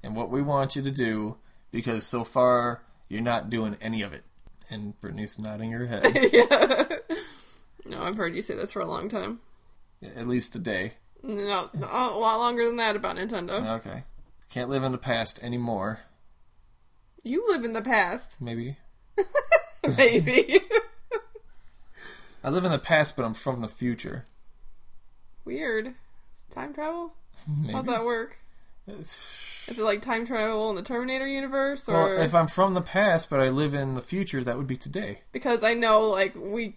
Speaker 2: and what we want you to do because so far you're not doing any of it. And Brittany's nodding her head.
Speaker 1: No, I've heard you say this for a long time.
Speaker 2: At least today.
Speaker 1: No, no, a lot longer than that about Nintendo.
Speaker 2: Okay. Can't live in the past anymore.
Speaker 1: You live in the past,
Speaker 2: Maybe.
Speaker 1: maybe.
Speaker 2: I live in the past, but I'm from the future.
Speaker 1: Weird. It's time travel?
Speaker 2: Maybe.
Speaker 1: How's that work?
Speaker 2: It's-
Speaker 1: Is it like time travel in the Terminator universe, or
Speaker 2: Well, if I'm from the past, but I live in the future, that would be today.
Speaker 1: because I know like we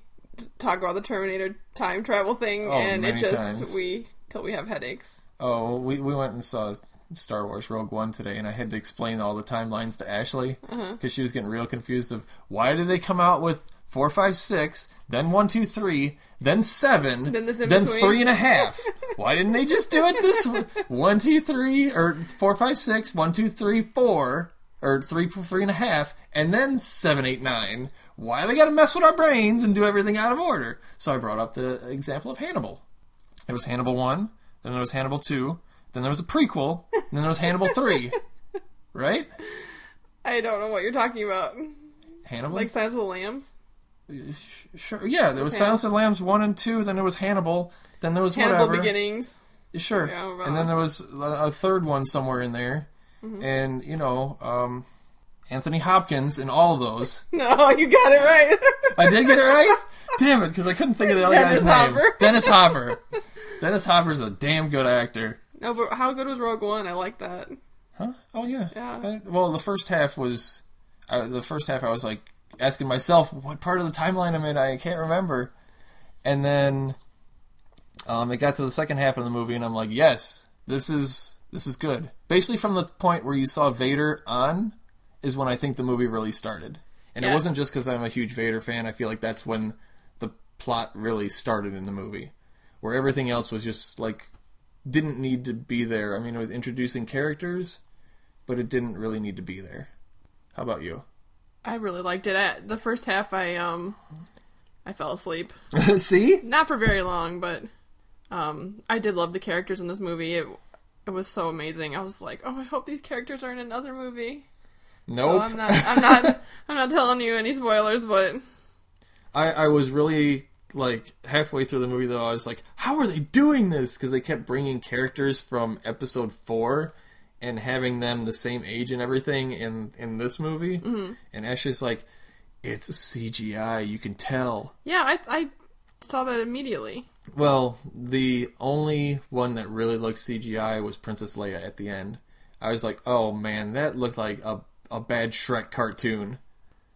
Speaker 1: talk about the Terminator time travel thing,
Speaker 2: Oh,
Speaker 1: and it
Speaker 2: many
Speaker 1: just
Speaker 2: times.
Speaker 1: we till we have headaches.
Speaker 2: Oh, we, we went and saw Star Wars Rogue One today, and I had to explain all the timelines to Ashley because she was getting real confused of why did they come out with four, five, six, then one, two, three, then seven,
Speaker 1: Then this in
Speaker 2: then
Speaker 1: between.
Speaker 2: three and a half. why didn't they just do it this w- one, two, three, or four, five, six, one, two, three, four, or three, three and a half, and then seven, eight, nine? Why they got to mess with our brains and do everything out of order? So I brought up the example of Hannibal There was Hannibal 1, then there was Hannibal 2, then there was a prequel, and then there was Hannibal 3. Right?
Speaker 1: I don't know what you're talking about.
Speaker 2: Hannibal?
Speaker 1: Like Silence of the Lambs?
Speaker 2: Sh- sure. Yeah, there was Silence of the Lambs 1 and 2, then there was Hannibal, then there was
Speaker 1: Hannibal
Speaker 2: whatever.
Speaker 1: Beginnings.
Speaker 2: Sure.
Speaker 1: Yeah, well.
Speaker 2: and then there was a a third one somewhere in there.
Speaker 1: Mm-hmm.
Speaker 2: And, you know, um, Anthony Hopkins in all of those.
Speaker 1: No, you got it right.
Speaker 2: I did get it right? Damn it, because I couldn't think of the other
Speaker 1: Dennis
Speaker 2: guy's name.
Speaker 1: Hopper.
Speaker 2: Dennis Hopper. Dennis Hopper's a damn good actor.
Speaker 1: no, but how good was Rogue One? I like that.
Speaker 2: Huh? Oh yeah.
Speaker 1: Yeah.
Speaker 2: I- well, the first half was, I, the first half I was like asking myself what part of the timeline I'm in. I can't remember, and then, um, it got to the second half of the movie, and I'm like, yes, this is this is good. Basically, from the point where you saw Vader on, is when I think the movie really started, and it
Speaker 1: Yeah.
Speaker 2: wasn't just because I'm a huge Vader fan. I feel like that's when the plot really started in the movie, where everything else was just like didn't need to be there. I mean, it was introducing characters, but it didn't really need to be there. How about you?
Speaker 1: I really liked it. I, the first half, I um, I fell asleep.
Speaker 2: See?
Speaker 1: Not for very long, but um, I did love the characters in this movie. It it was so amazing. I was like, oh, I hope these characters are in another movie. So
Speaker 2: Nope.
Speaker 1: I'm not. I'm not. I'm not telling you any spoilers, but
Speaker 2: I, I was really like halfway through the movie though. I was like, how are they doing this? Because they kept bringing characters from episode four and having them the same age and everything in in this movie. Mm-hmm. And Ashley's like, it's CGI. You can tell.
Speaker 1: yeah, I I saw that immediately.
Speaker 2: Well, the only one that really looked CGI was Princess Leia at the end. I was like, oh man, that looked like a a bad Shrek cartoon.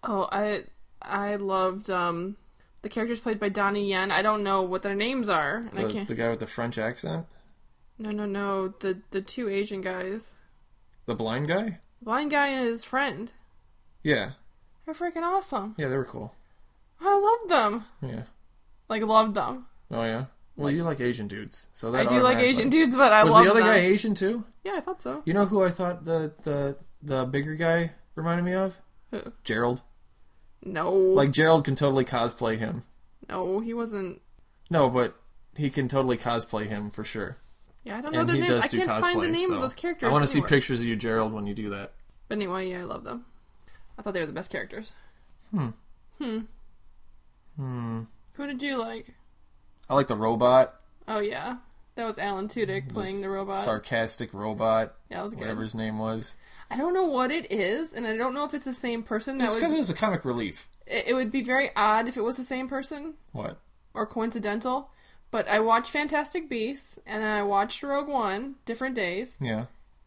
Speaker 1: Oh, I I loved um the characters played by Donnie Yen. I don't know what their names are, and I
Speaker 2: The,
Speaker 1: can't.
Speaker 2: the guy with the French accent,
Speaker 1: No, no, no. The the two Asian guys,
Speaker 2: the blind guy.
Speaker 1: blind guy and his friend,
Speaker 2: Yeah,
Speaker 1: are freaking awesome.
Speaker 2: yeah, they were cool.
Speaker 1: I love them.
Speaker 2: Yeah.
Speaker 1: Like loved them.
Speaker 2: Oh yeah. Well, you like Asian dudes, so that
Speaker 1: I do like
Speaker 2: automatically-
Speaker 1: Asian dudes, but I
Speaker 2: Was
Speaker 1: love
Speaker 2: the other
Speaker 1: them.
Speaker 2: guy Asian too?
Speaker 1: Yeah, I thought so.
Speaker 2: You know who I thought the the the bigger guy reminded me of?
Speaker 1: Who?
Speaker 2: Gerald.
Speaker 1: No,
Speaker 2: Like Gerald can totally cosplay him.
Speaker 1: no, he wasn't.
Speaker 2: No, but he can totally cosplay him for sure.
Speaker 1: Yeah, I don't know
Speaker 2: And
Speaker 1: their
Speaker 2: he
Speaker 1: names.
Speaker 2: does
Speaker 1: I
Speaker 2: do
Speaker 1: can't
Speaker 2: cosplay.
Speaker 1: find the name
Speaker 2: so
Speaker 1: of those characters.
Speaker 2: I want to see
Speaker 1: anywhere.
Speaker 2: pictures of you, Gerald, when you do that.
Speaker 1: But anyway, yeah, I love them. I thought they were the best characters. Hmm. Hmm. Who did you like?
Speaker 2: I like the robot,
Speaker 1: Oh yeah, that was Alan Tudyk playing the robot.
Speaker 2: sarcastic robot,
Speaker 1: Yeah, that was good.
Speaker 2: whatever his name was.
Speaker 1: I don't know what it is, and I don't know if it's the same person. That
Speaker 2: It's because
Speaker 1: would
Speaker 2: it was a comic relief.
Speaker 1: it, it would be very odd if it was the same person
Speaker 2: What?
Speaker 1: or coincidental. But I watched Fantastic Beasts, and then I watched Rogue One, different days,
Speaker 2: Yeah.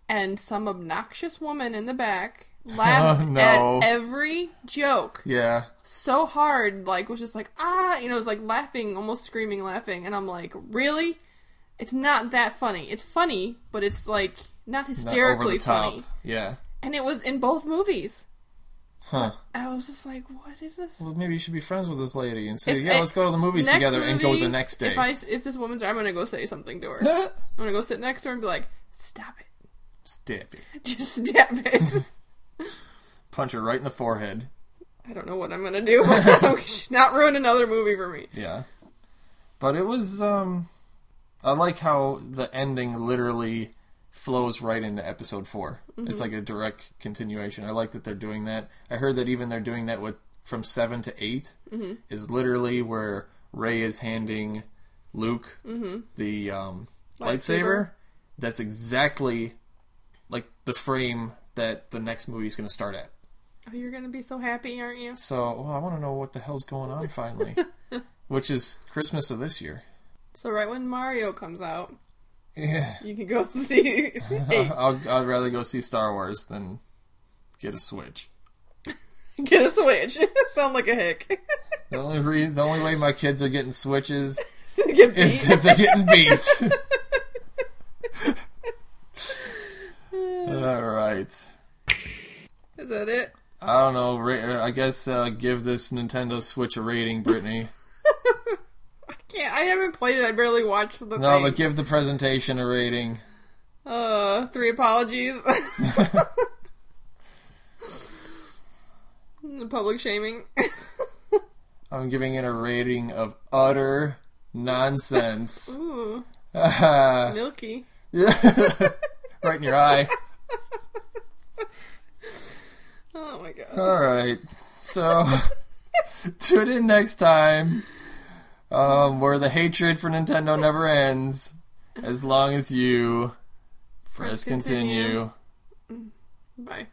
Speaker 1: and some obnoxious woman in the back laughed
Speaker 2: Oh, no.
Speaker 1: at every joke
Speaker 2: Yeah.
Speaker 1: so hard, like was just like ah, you know, it was like laughing, almost screaming, laughing, and I'm like, really? It's not that funny. It's funny, but it's like not
Speaker 2: Not over
Speaker 1: hysterically
Speaker 2: the top.
Speaker 1: funny.
Speaker 2: Yeah.
Speaker 1: And it was in both movies.
Speaker 2: Huh.
Speaker 1: I was just like, what is this?
Speaker 2: Well, maybe you should be friends with this lady and say,
Speaker 1: If
Speaker 2: "Yeah,
Speaker 1: I-
Speaker 2: let's go to the movies
Speaker 1: Next
Speaker 2: together and go
Speaker 1: movie,
Speaker 2: the next day."
Speaker 1: If I if this woman's there, I'm gonna go say something to her. I'm
Speaker 2: Stop
Speaker 1: gonna go sit next to her and be like, stop it,
Speaker 2: it.
Speaker 1: just stop it.
Speaker 2: Punch her right in the forehead.
Speaker 1: I don't know what I'm gonna do. She's not ruin another movie for me.
Speaker 2: Yeah. But it was um I like how the ending literally flows right into episode 4. It's like a direct continuation. I like that they're doing that. I heard that even they're doing that with from 7 to 8 is literally where Ray is handing Luke the um lightsaber.
Speaker 1: Lightsaber.
Speaker 2: That's exactly like the frame that the next movie is going to start at.
Speaker 1: Oh, you're gonna be so happy, aren't you?
Speaker 2: So, well, I want to know what the hell's going on finally, which is Christmas of this year.
Speaker 1: So right when Mario comes out,
Speaker 2: Yeah,
Speaker 1: you can go see. hey,
Speaker 2: I'll, I'd rather go see Star Wars than get a Switch.
Speaker 1: get a switch. Sound like a hick.
Speaker 2: The only reason, the only way my kids are getting Switches
Speaker 1: get
Speaker 2: is
Speaker 1: beat.
Speaker 2: if they're getting beat. All right.
Speaker 1: Is that it?
Speaker 2: I don't know. Ra- I guess uh, give this Nintendo Switch a rating, Brittany.
Speaker 1: Yeah, I haven't played it. I barely watched the
Speaker 2: No,
Speaker 1: thing.
Speaker 2: but give the presentation a rating.
Speaker 1: Uh, three apologies. Public shaming.
Speaker 2: I'm giving it a rating of utter nonsense.
Speaker 1: Ooh,
Speaker 2: right
Speaker 1: Milky.
Speaker 2: in your eye.
Speaker 1: Oh my god.
Speaker 2: All right. So, tune in next time um, where the hatred for Nintendo never ends as long as you press
Speaker 1: continue.
Speaker 2: continue.
Speaker 1: Bye.